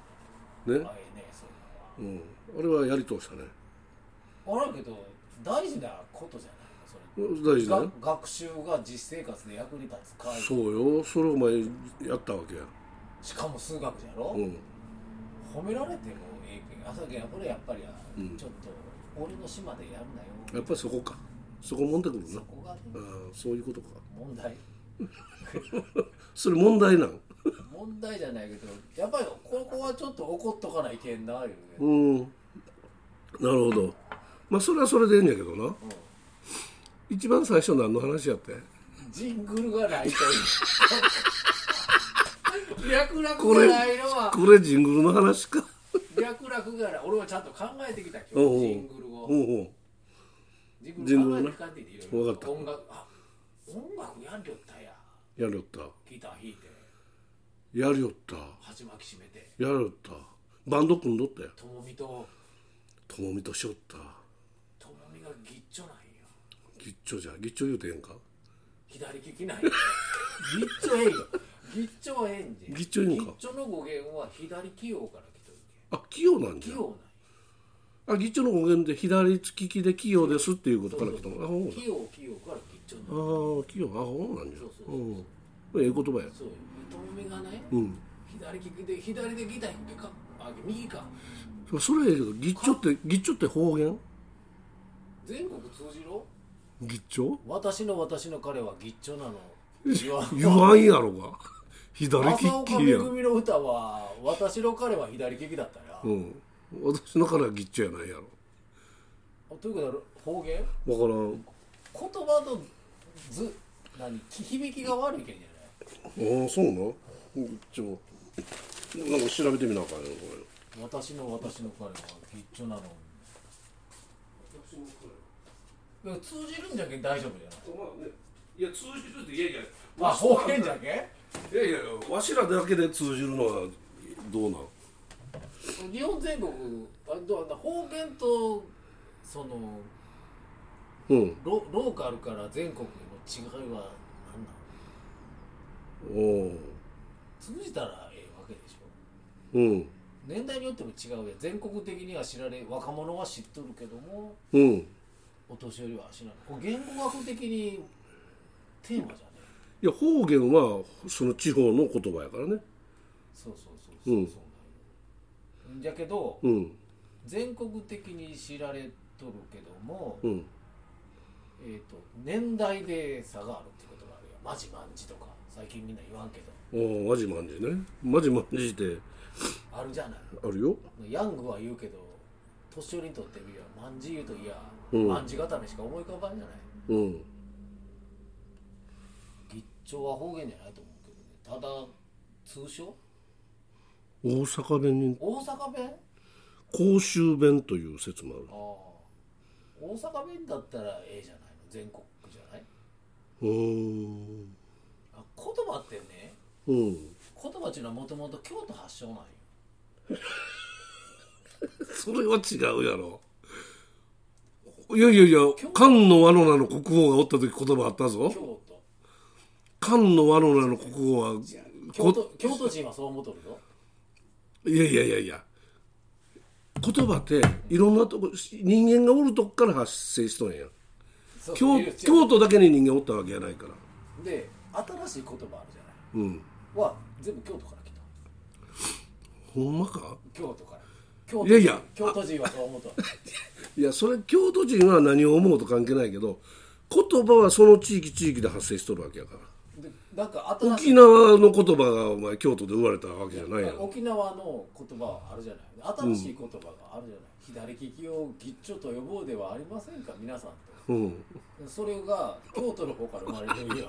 S4: ええねそういう
S3: うん、あれはやり通したね
S4: のはあるけど大事なことじゃないのそれ
S3: 大事だよ
S4: が学習が実生活で役に立つか
S3: そうよそれお前やったわけや
S4: しかも数学じゃろ、
S3: うん
S4: 褒められてもええけどあそうやけどこれやっぱりあちょっと俺の島でやるなよ、
S3: やっぱりそこかそこもんでくる
S4: そ
S3: な
S4: こがね
S3: ああそういうことか
S4: 問題
S3: それ問題なん
S4: 問題じゃないけどやっぱりここはちょっと怒っとかないけんないう
S3: うん
S4: ね、
S3: なるほどまあそれはそれでいいんやけどな
S4: うん
S3: 一番最初何の話やって
S4: ジングルがないという。 略楽がないのは、
S3: これジングルの話か
S4: 略楽がない。俺はちゃんと考えてきた、
S3: お
S4: 今
S3: うおう
S4: 日、ジングル
S3: お
S4: を。
S3: う
S4: ジングル考えてきたって言っていろいろ
S3: わかった
S4: 音楽、あ、音楽やんりょったんや。
S3: おうやりよった
S4: ギター弾いて、
S3: やりよった
S4: 鉢巻き締めて、
S3: やりよったバンド組んどったよ
S4: ともみと、
S3: ともみとしよった
S4: ともみがぎっちょなんよ。
S3: ぎっちょじゃぎっちょ言うてへんか
S4: 左利きなんよ。ぎっちょええんよ。ぎっちょはええんじゃ。
S3: ぎっちょええんか
S4: ぎっちょの語源は左器用から来とる
S3: あ器用なん
S4: け
S3: じゃ
S4: ん。器用なんよ。
S3: あぎっちょの語源で左利きで器用ですっていうことから来たのあほうだ
S4: 器用、器用からぎっちょなん
S3: あ
S4: よ。
S3: ー器用あほうなんじゃ
S4: そうそうそう
S3: うんええ言葉や
S4: そうよ。ともみがね、
S3: うん
S4: 左利きで左でギター弾くかあ右か
S3: それはええけどぎっちょってぎっちょって方言
S4: 全国通じろ
S3: ぎっちょ
S4: 私の私の彼はギッチョなの
S3: 言わんやろが左利
S4: 朝岡
S3: き
S4: め
S3: や
S4: ぐ
S3: ん、
S4: みの歌は私の彼は左利きだったら、
S3: うん、私のからはぎっちょやないや
S4: ということは方言
S3: ろわからん
S4: 言葉のず何響きが悪いけんじゃ
S3: ああそうなのちょなんか調べてみなあかんよこ
S4: ない私の私の彼はギッチョなのいや通じるんじゃけん大丈夫じゃない
S3: れまあねいや通じるっていやいや
S4: まあ方言じゃけ
S3: い
S4: ん
S3: やいやわしらだけで通じるのはどうなん
S4: 日本全国あどうだ方言とその
S3: うん
S4: ロローカルから全国の違いは何なの
S3: おお
S4: 通じたらええわけでしょ
S3: うん
S4: 年代によっても違うやん全国的には知られ若者は知っとるけども
S3: うん
S4: お年寄りは知らないこれ言語学的にテーマじゃね
S3: い
S4: え
S3: や方言はその地方の言葉やからね
S4: そうそうそうそう
S3: うん
S4: そうなんよじゃけど
S3: うん
S4: 全国的に知られとるけども、
S3: うん
S4: えー、と年代で差があるってことがあるやんマジマンジとか最近みんな言わんけど
S3: おマジマンジねマジマンジって
S4: あるじゃない
S3: あるよ
S4: ヤングは言うけど年寄りにとってみればマンジ言うといや、
S3: うん
S4: マンジ固めしか思い浮かばんじゃない
S3: うん
S4: 吉兆は方言じゃないと思うけどねただ通称
S3: 大阪弁に
S4: 大阪弁
S3: 甲州弁という説もある
S4: ああ大阪弁だったらええじゃないの全国区じゃないう
S3: ーん
S4: あ言葉ってね
S3: うん
S4: 言葉っていうのはもともと京都発祥なんよ
S3: それは違うやろいやいやいや漢の和の名の国王がおった時言葉あったぞ
S4: 京都
S3: 漢の和の名の国王は
S4: 京都京都人はそう思っとるぞ
S3: いやいやいやいや言葉っていろんなとこ人間がおるとこから発生しとんや
S4: そう
S3: 京
S4: いや違う
S3: 京都だけに人間おったわけやないから
S4: で新しい言葉あるじゃない
S3: うん
S4: は全部京都から来た
S3: ほんまか
S4: 京都から京都
S3: いやいや
S4: 京都人はそう思うと
S3: いやそれ京都人は何を思うと関係ないけど言葉はその地域地域で発生しとるわけやから
S4: でなんか新し
S3: 沖
S4: い
S3: 縄の言葉がお前京都で生まれたわけじゃないやろ
S4: 沖縄の言葉あるじゃない新しい言葉があるじゃない、左利きをギッチョと呼ぼうではありませんか皆さん
S3: うん
S4: とそれが京都の方から生まれて るよ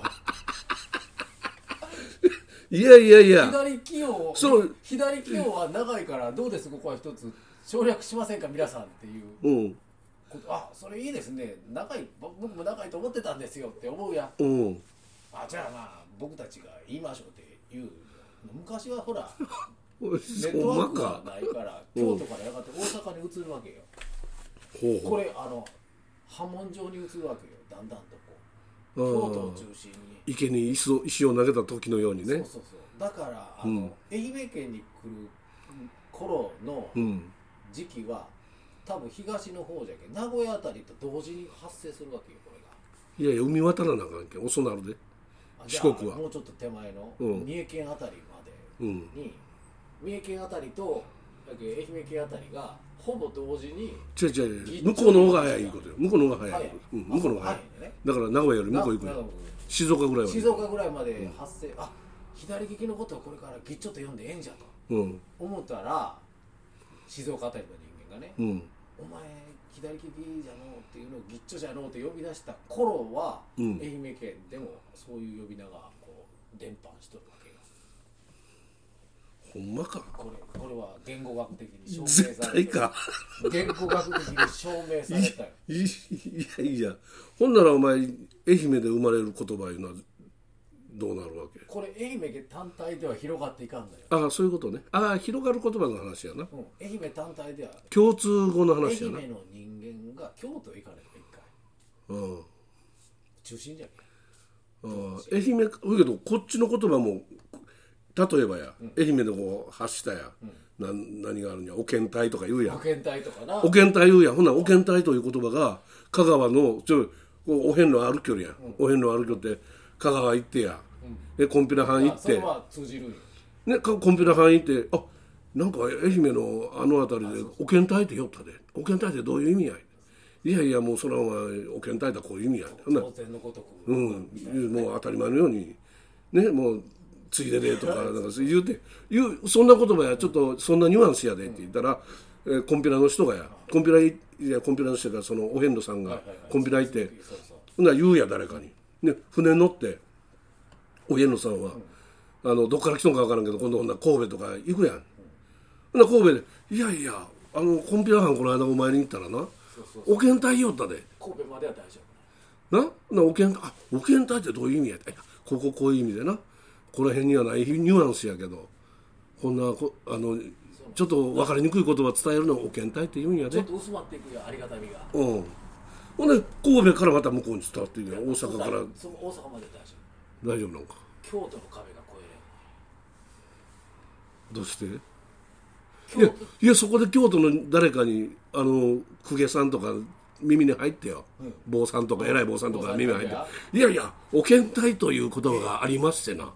S3: いやいやいや
S4: 左利きを
S3: そう
S4: 左利きをは長いからどうですここは一つ省略しませんか皆さんっていう
S3: うん
S4: ことあそれいいですね長いぼ僕も長いと思ってたんですよって思うやん
S3: うん
S4: あじゃあまあ僕たちが言いましょうって言うよ昔はほ らネット
S3: ほん
S4: ワ
S3: ま
S4: ークが
S3: か
S4: ないから京都からやがて大阪に移るわけよ
S3: ほう
S4: こ
S3: ほう
S4: れあの波紋状に移るわけよだんだんと
S3: あ
S4: こう京都を
S3: ー
S4: 中心に
S3: 池に石を石を投げた時のように
S4: そう
S3: ね
S4: そうそうだからあの、
S3: うん
S4: 愛媛県に来る頃の
S3: うん
S4: 時期は多分東の方じゃけん名古屋あたりと同時に発生するわけよこれが
S3: いやいや海渡らなあかんけん遅なるで
S4: あじゃあ
S3: 四国は
S4: もうちょっと手前の
S3: うん
S4: 三重県あたりまで
S3: うん
S4: に三重県あたりとだけ愛媛県あたりがほぼ同時に
S3: 違う違う違う向こうの方が早いいうことよ向こうの方が
S4: 早
S3: 早
S4: い
S3: い、うん、向こうの方が
S4: あ
S3: 早い
S4: そうね
S3: だから名古屋より向こう行く
S4: な
S3: よ
S4: な
S3: 静岡ぐらいは
S4: 静岡ぐらいまで発生、あ左利きのことをこれからぎっちょっと読んでええんじゃと
S3: うん
S4: 思ったら静岡あたりの人間がね、
S3: うん
S4: お前左利きじゃのうっていうのをぎっちょじゃのうって呼び出した頃は、
S3: うん
S4: 愛媛県でもそういう呼び名がこう伝播しとるわけよ
S3: ほんまか
S4: これこれは言語学的に証明され
S3: 絶
S4: た
S3: 対か
S4: 言語学的に証明されたよ
S3: いいやいやほんならお前愛媛で生まれる言葉いうのはどうなるわけ
S4: これ愛媛県単体では広がっていかんのよ、
S3: ああそういうことねああ広がる言葉の話やな
S4: うん、愛媛単体では
S3: 共通語の
S4: 愛
S3: 話やな
S4: 媛の人間が京都行かないと一回
S3: うんあ
S4: 中心じゃん
S3: あ愛媛かだけどこっちの言葉も例えばや、愛媛でこう発したや、な何があるんやおけんたいとか言うやん
S4: 保健体とかな
S3: おけんたい言うやんほなおけんたいという言葉が香川のちょこうお遍路歩きよりやん、お遍路歩きよって香川行ってや、でコンピュラ班行
S4: あ
S3: っ
S4: それ
S3: て
S4: は通じるんよ
S3: ね、かコンピューター範囲ってあなんか愛媛のあの辺りで「おけんたい」って言おったで「おけんたい」ってどういう意味やいやいやもうそれはお前おけんたいだこういう意味やほんなら
S4: 当然のごとく、
S3: うんもう当たり前のようにねもうついででとかなんかそう言うて言うそんな言葉やちょっとそんなニュアンスやでって言ったら、えーコンピュラの人がやコンピュラいいやコンピュラの人がそのお遍路さんがコンピュラ行って、
S4: そうそう
S3: ほんなら言うや誰かに。で船乗ってお家のさんは、あのどっから来たんか分からんけど今度ほんなら神戸とか行くやん。ほんなら神戸で「いやいやあのコンピューター班この間お前に行ったらなおけんたいよったで」
S4: 神戸までは大丈
S3: ななおけんあおけんたいってどういう意味やったいやこここういう意味でなこの辺にはないニュアンスやけどこんなこあのちょっと分かりにくい言葉伝えるのをおけんたいって言うんや
S4: 夫ちょ
S3: で
S4: っ。と薄まっていくよありがたみが
S3: うんほんで神戸からまた向こうに伝わっていくやん大阪から
S4: その大阪まで大丈
S3: 大丈夫なんか
S4: 夫京都の壁が越
S3: どうしてい
S4: え
S3: や
S4: れん京
S3: いやそこで京都の誰かにあの公家さんとか耳に入ってよ、坊さんとか偉い坊さんとか耳に入って
S4: 坊さん
S3: 「
S4: と
S3: いやいやお見体という言葉がありましてな」っ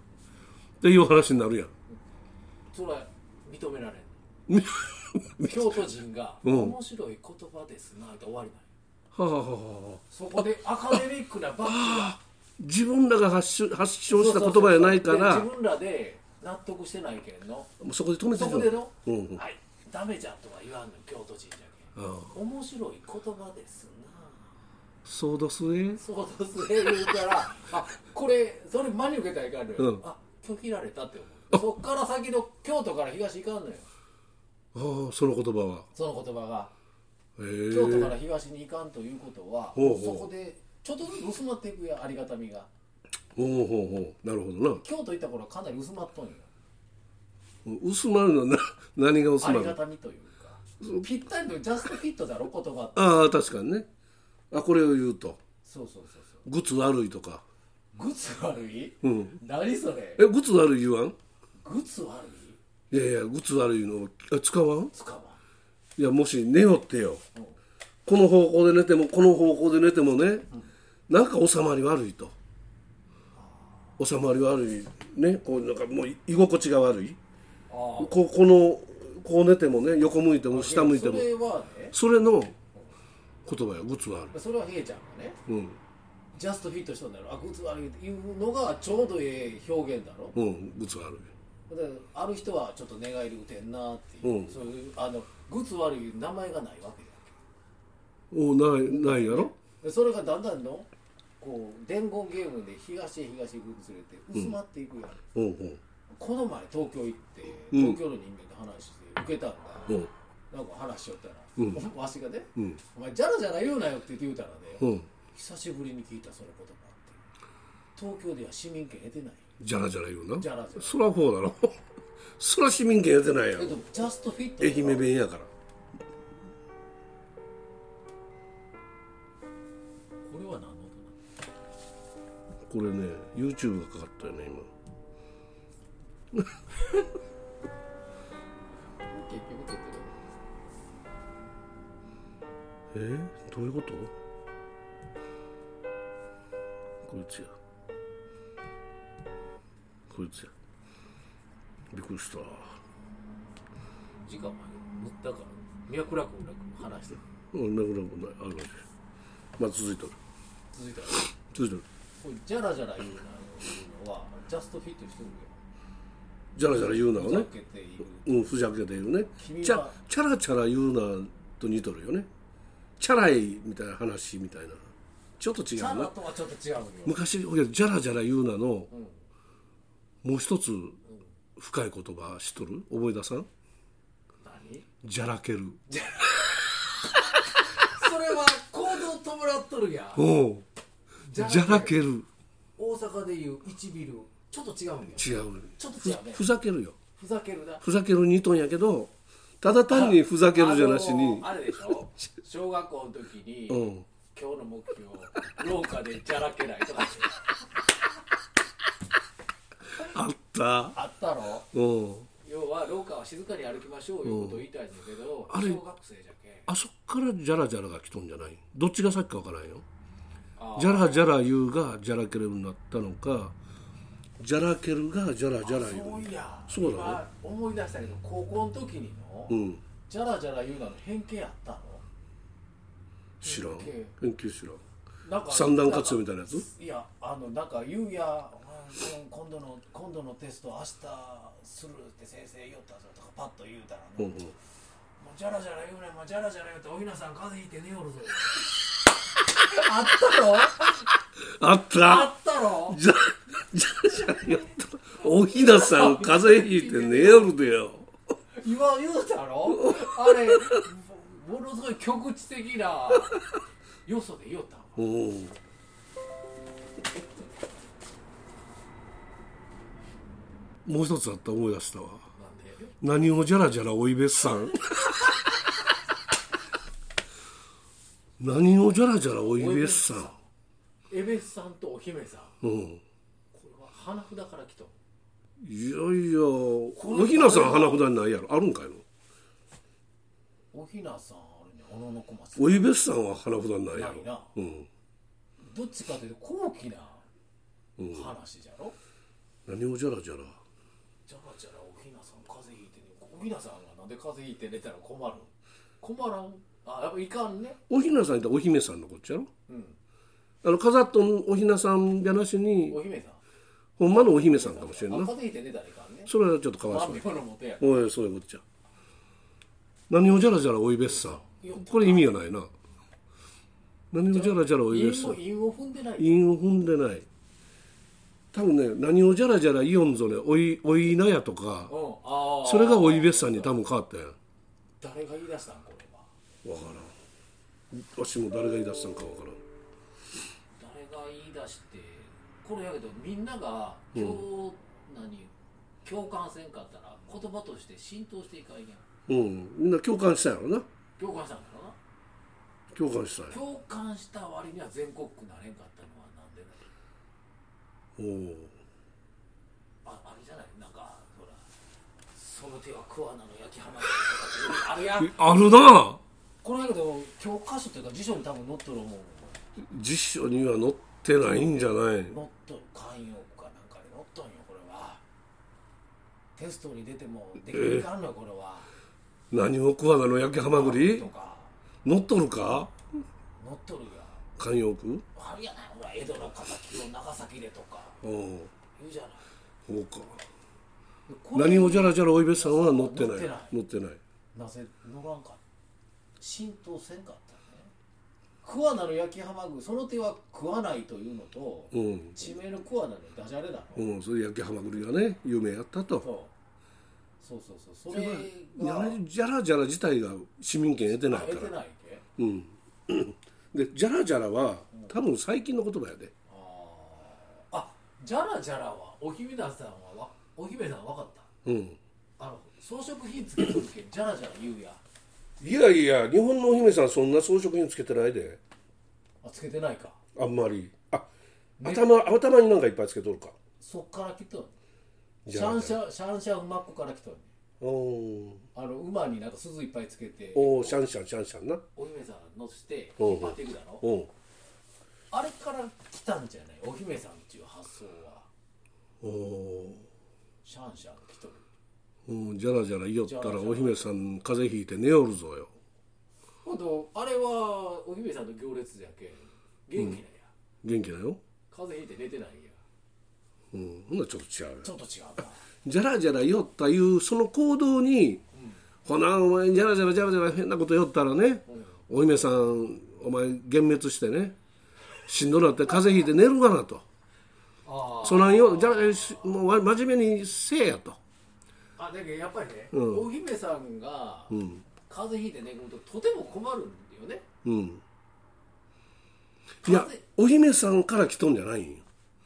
S3: ていう話になるやん
S4: 都それは認めら れん京都人が
S3: うん
S4: 面白い言葉ですなって終わりなん
S3: は
S4: よ
S3: あはあはあはあ
S4: そこでアカデミックなバッジが
S3: 自分らが発し発祥した言葉じゃないから
S4: で自分らで納得してないけんの
S3: もうそこで止めて
S4: そ
S3: し
S4: こ
S3: ま
S4: での、
S3: うんうん
S4: はいダメじゃんとは言わんの京都人じゃ
S3: ああ
S4: けん面白い言葉ですな
S3: そうどすね
S4: そうですね言うから あこれそれ真に受けたらいかんのよ、
S3: うん
S4: あ拒否られたって思うそっから先の京都から東行かんのよ
S3: ああその言葉は
S4: その言葉が
S3: へ
S4: 京都から
S3: え
S4: 東に行かんということは、
S3: ほうほう
S4: そこでちょっとずつ薄まっていくやんありがたみが
S3: ほうほうほうなるほどな
S4: 京都行った頃はかなり薄まっとんよ
S3: 薄まるのはな何が薄
S4: あ
S3: ま
S4: り
S3: る
S4: がたみというかぴったりとジャストフィットだろ言葉って
S3: ああ確かにねあこれを言うと
S4: そうそうそうそう
S3: グツ悪いとか
S4: グツ悪い、
S3: うん
S4: 何それ
S3: えグツ悪い言わん
S4: グツ悪い
S3: いやいやグツ悪いのあ使わん
S4: つかま
S3: いやもし寝よってよ
S4: んうん
S3: この方向で寝てもこの方向で寝てもね、なんか収まり悪いと収まり悪いねこうなんかもう居心地が悪い
S4: あ
S3: ここのこう寝てもね横向いても
S4: あ
S3: 下向いても
S4: それはね
S3: それの言葉やグツ悪
S4: それはヘイちゃんがね
S3: いうん
S4: ジャストフィットしたんだろあグツ悪いっていうのがちょうどええ表現だろ
S3: うんグツ悪い
S4: だからある人はちょっと寝返り打てんなっていう、
S3: うん
S4: そういうあのグツ悪い名前がないわけ
S3: おないないやろ
S4: だそれがだんだんのこう伝言ゲームで東へ東へ行くにつれて薄まっていくやん、
S3: うんうん
S4: この前東京行って
S3: うん
S4: 東京の人間と話して受けたんだ、
S3: うん
S4: なんか話しよったら、
S3: うん
S4: わしがね、
S3: うん
S4: お前ジャラジャラ言うなよ」って言うたらね、
S3: うん
S4: 久しぶりに聞いたその言葉って東京では市民権得てない
S3: じゃらじゃら言うな
S4: じゃらじゃら
S3: そらそうだろ そら市民権やってないや
S4: け
S3: ろ
S4: どジャストフィット
S3: 愛媛弁やから
S4: これは何の音
S3: これね YouTube がかかったよね今
S4: なの結局結局
S3: えー、どういうことこいつやこいつやびっくりした
S4: 時間までだから脈絡もなく話して
S3: うんなくなくないあるわけまあ続いとる
S4: 続いたら
S3: 続いとる
S4: これジャラジャラ言うなよっていうのはジャストフィットしてる
S3: じゃらじゃら言うな
S4: よ
S3: はね
S4: ふざけている
S3: うんふざけているね
S4: 君は
S3: チャチャラチャラ言うなと似とるよねチャラいみたいな話みたいなちょっと違う
S4: ジャラ
S3: な
S4: とはちょっと違うのよ
S3: 昔ほやじゃらじゃら言うなの、もう一つ深い言葉知っとる覚え出さん
S4: 何
S3: じゃらける
S4: それは行動伴っとるやん
S3: おうじ
S4: じゃらけ
S3: ゃ
S4: る
S3: らける
S4: 大阪でいう1ビルちょっと違うんや
S3: 違う
S4: ちょっと違うね
S3: ふざけるよ
S4: ふざけるな
S3: ふざけるにとんやけどただ単にふざけるじゃなしに
S4: あのあれでしょ小学校の時に、
S3: うん
S4: 今日の目標廊下でじゃらけないとか
S3: あった
S4: あったろ
S3: うん
S4: 要は廊下は静かに歩きましょういうことを言いたいんだけど、
S3: あれ
S4: 小学生じゃけん
S3: あそっからじゃらじゃらが来とんじゃないどっちが先かわからんよ
S4: あー
S3: じゃらじゃら言うがじゃらけるになったのかじゃらけるがじゃらじゃら言
S4: そうういや
S3: そうだね
S4: 今思い出したけど高校の時にの、
S3: うん
S4: じゃらじゃら言うなの偏見やったの
S3: 知らん
S4: 偏見
S3: 研究知らん
S4: なんか
S3: 三段活用みたいなやつ
S4: いやあのなんか言うやお前今度の今度のテスト明日するって先生言おったぞとかパッと言うたら
S3: う
S4: の、
S3: んう
S4: も
S3: ん
S4: うじゃらじゃら言うなよもうじゃらじゃら言うておひなさん風邪ひいて寝よるぞあったろ
S3: あっ
S4: あ
S3: た
S4: ったろ
S3: じゃ、じゃ、じゃ、やった。おひなさん、風邪ひいて寝よるでよ。
S4: 今言うたろあれものすごい局地的な要素で言おったわ
S3: おお。もう一つあった、思い出したわ。
S4: なんで
S3: 何をじゃらじゃらおいべっさん。何をじゃらじゃらおいべっさん。
S4: エベスさんとお姫さん
S3: うん。
S4: これは花札から来と
S3: いやいや、おひなさん、花札にないやろ。あるんかいの。
S4: おひなさんあれね小野の小松
S3: おいべっさんは花札にないや
S4: ない
S3: ろ
S4: な。
S3: うん。
S4: どっちかというと高貴な話じゃろ、
S3: 何をじゃらじゃら。
S4: じゃらじゃらおひなさん風邪ひいてねおひなさんがなんで風邪ひいて寝たら困る困らんあやっぱいかんね
S3: おひなさんってお姫さんのこっちやろ
S4: うん
S3: あの飾っとんおひなさんじゃなしに
S4: お姫さん
S3: ほんまのお姫さんかもしれん
S4: あ
S3: な
S4: 風邪ひいて出たらいかんね
S3: それはちょっとかわいそう
S4: 万
S3: に
S4: 病のもとや
S3: おいそういうことじゃ何をじゃらじゃらおいべっさこれ意味がないな何をじゃらじゃらおいべっ
S4: 韻
S3: さ
S4: を韻を踏んでない
S3: 韻を踏んでない多分ね何をじゃらじゃらイオンぞねおいおいなやとか
S4: うんああ
S3: それがおいべっさに多分変わったやん
S4: 誰が言い出したんこれは
S3: わからんわしも誰が言い出したんかわからん
S4: 誰が言い出してこれやけどみんなが今日、何共感せんかったら言葉として浸透していかんやん
S3: うんみんな共感したやろな
S4: 共感したんだろ
S3: 共感したんや
S4: な共感した割には全国区なれんかったのはなんでだろう
S3: おお
S4: ああれじゃないなんかほらその手は桑名の焼き浜とかっていうあ れや
S3: あるな
S4: これやけど教科書というか辞書に多分載っとる思う
S3: 実証には載ってないんじゃない
S4: 載っとる慣用句かなんかで載っとんよこれはテストに出てもできるかんのよこれは、
S3: 何を桑名の焼きハマグリ
S4: とか
S3: 乗っとるか
S4: 乗っとるや
S3: 慣用句
S4: あるやないほら江戸の敵を長崎でとか
S3: うん
S4: 言うじゃない
S3: そうか
S4: これ
S3: 何をじゃらじゃらおいべさんは乗ってない
S4: 乗ってない
S3: 乗ってない
S4: なぜ乗らんかった浸透せんかったね桑名の焼き浜具その手は食わないというのと、
S3: うん
S4: 地名の桑名のダジャレだろ、
S3: うんそれ焼きハマグリがね有名やったと
S4: そうそうそうそうそ
S3: それ
S4: れ
S3: は
S4: が
S3: じゃらじゃら自体が市民権得てない
S4: 得
S3: か
S4: て
S3: ら
S4: ないで
S3: うんでじゃらじゃらは多分最近の言葉やで
S4: あーあじゃらじゃらはお姫ださんはわお姫さん分かっ
S3: うん
S4: たあの装飾品つけとるけんじゃらじゃら言うや
S3: いやいや日本のお姫さんそんな装飾品つけてないで
S4: あつけてないか
S3: あんまりあ頭頭になんかいっぱいつけとるか
S4: そっから来とる
S3: じ
S4: シ
S3: ゃ
S4: ャ
S3: ら
S4: ン
S3: じ
S4: シ
S3: ゃら
S4: ャシャンシャン馬っ子から来とる
S3: うん
S4: あの馬になんか鈴いっぱいつけて
S3: おおシャンシャンシャンシャンな
S4: お姫さん乗せて
S3: うん
S4: 引っ張っていくだろ
S3: うん
S4: あれから来たんじゃないお姫さんっていう発想は
S3: おお
S4: シャンシャン来とる
S3: うん、じゃらじゃら言いよったらお姫さん風邪ひいて寝よるぞよ
S4: ほんとあれはお姫さんの行列じゃけん元気なんや、
S3: 元気だよ、
S4: 風邪ひいて寝てないんや
S3: うん、ほんならちょっと違うよ
S4: ちょっと違うな
S3: じゃらじゃら言いよったいうその行動に、ほなお前じゃらじゃらじゃらじゃら変なこと言いよったらね、お姫さんお前幻滅してねしんどなって風邪ひいて寝るがなと
S4: ああ
S3: そらんよじゃらしもうわ真面目にせえやと
S4: あだけどやっぱりね、お姫さんが風邪ひいて寝込むととても困るんだよね
S3: うんい
S4: 風
S3: やお姫さんから来とんじゃないんよ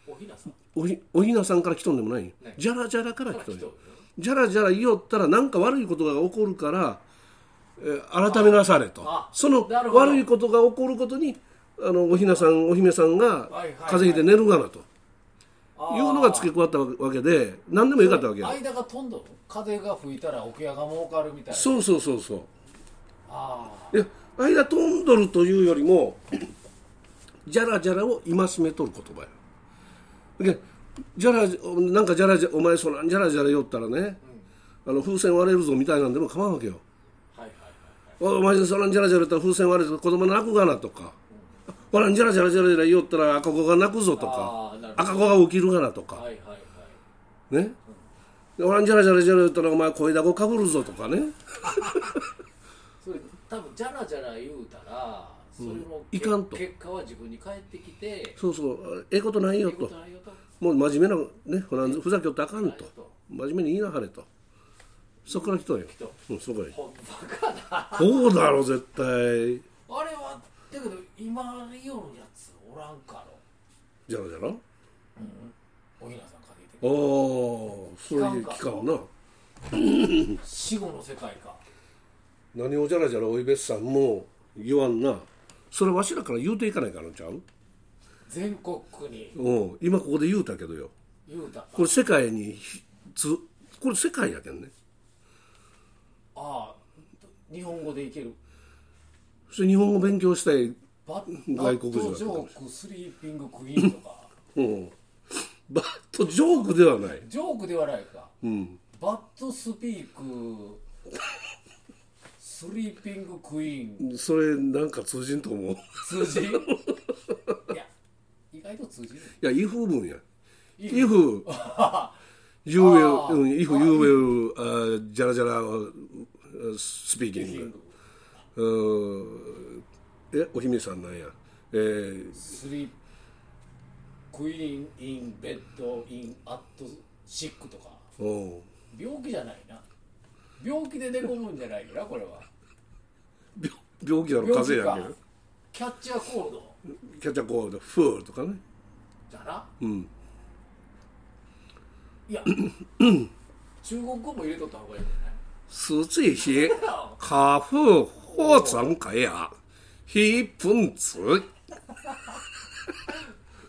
S4: おひなさん
S3: おひおひなさんから来とんでもないんよ
S4: ね
S3: じゃらじゃらから
S4: から
S3: 来
S4: 来
S3: と
S4: と
S3: ん
S4: る
S3: よ
S4: よ
S3: じゃらじゃら言おったら何か悪いことが起こるから、えー改めなされと
S4: あ
S3: その
S4: なるほど
S3: 悪いことが起こることにあのおひなさんお姫さんが
S4: はいはい
S3: 風邪ひいて寝るがなと
S4: ああ
S3: いうのが付け加わったわけで何でもよかったわけや
S4: 間が飛んどる風が吹いたら桶屋が儲かるみたいな
S3: そうそうそうそう
S4: あ
S3: いや間飛んどるというよりも じゃらじゃらを戒めとる言葉やでじゃらなんかじゃらじゃお前そんなんじゃらじゃら言おったらね、あの風船割れるぞみたいなんでも構わんわけよ
S4: あはいはいはい
S3: おお前そらんじゃらじゃら言ったら風船割れるぞ子供泣くがなとか、ほらんじゃらじゃらじゃらじゃら言おったら赤子が泣くぞと
S4: あ
S3: か
S4: ーなるほど
S3: 赤子が起きるがなと
S4: は
S3: か
S4: いはいはい
S3: ねでほらんじゃらじゃらじゃら言ったらお前声だこかぶるぞとかね
S4: それ多分じゃらじゃら言うたらそれも、
S3: いかんと
S4: 結果は自分に返ってきて
S3: そうそうあええことないよ
S4: いいこととないよと
S3: もう真面目なねほらんふざけよってあかんと
S4: ないと
S3: 真面目に言いなはれとそこから来とんよ
S4: と、
S3: うん、そこへ
S4: ほんまかな
S3: こうだろ絶対
S4: あれはだけど今よるやつおらんかろ
S3: じゃらじゃら
S4: おひなさん風邪ひいて
S3: おおーそういう期間な
S4: 死後の世界か
S3: 何をじゃらじゃらおいべっさんも言わんなそれわしらから言うていかないからちゃう
S4: 全国区に
S3: うん今ここで言うたけどよ
S4: 言うたか
S3: これ世界にひつこれ世界やけんね
S4: ああ日本語でいける
S3: そして日本語勉強したい
S4: バッ
S3: 外国人
S4: バットジョークスリーピングクイーンとか
S3: うんバットジョークではない
S4: ジョークではないか、
S3: ん
S4: バットスピーク スリーピングクイー ン
S3: それなんか通じんと思う
S4: 通じいや外と通じ
S3: い
S4: る
S3: や、イフ文や。
S4: イ
S3: イ
S4: フ
S3: フ、you
S4: あ
S3: will,
S4: ー
S3: うん if you will, uh, じゃらじゃら、uh, speaking. うんえ、お姫さんなんや。えー、
S4: スリークイーン・イン・ベッド・イン・アット・シックとか
S3: おう
S4: 病気じゃないな病気で寝込むんじゃないよなこれは
S3: 病病気だろ、
S4: 病
S3: 風
S4: 気
S3: 邪
S4: か
S3: やんけ。
S4: キャッチャーコード
S3: キャッチャーコード、フーとかね。
S4: だな
S3: うん。
S4: いや中国語も入れとった方がいいんじ
S3: 死罪是
S4: ゃない
S3: 卡夫火葬开呀，一分子。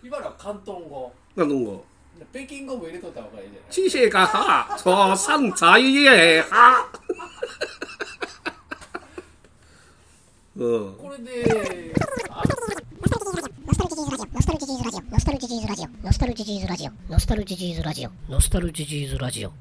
S4: 今のは広東語
S3: 那弄我，
S4: 北京語も入れとった方がいいんじゃない
S3: 这些个哈，错上茶叶 哈。嗯， 어.
S4: これであ
S2: ノスタルジーズラジオノスタルジーズラジオノスタルジーズラジオノスタルジーズラジオノスタルジーズラジオノスタルジーズラジオノスタルジーズラジオ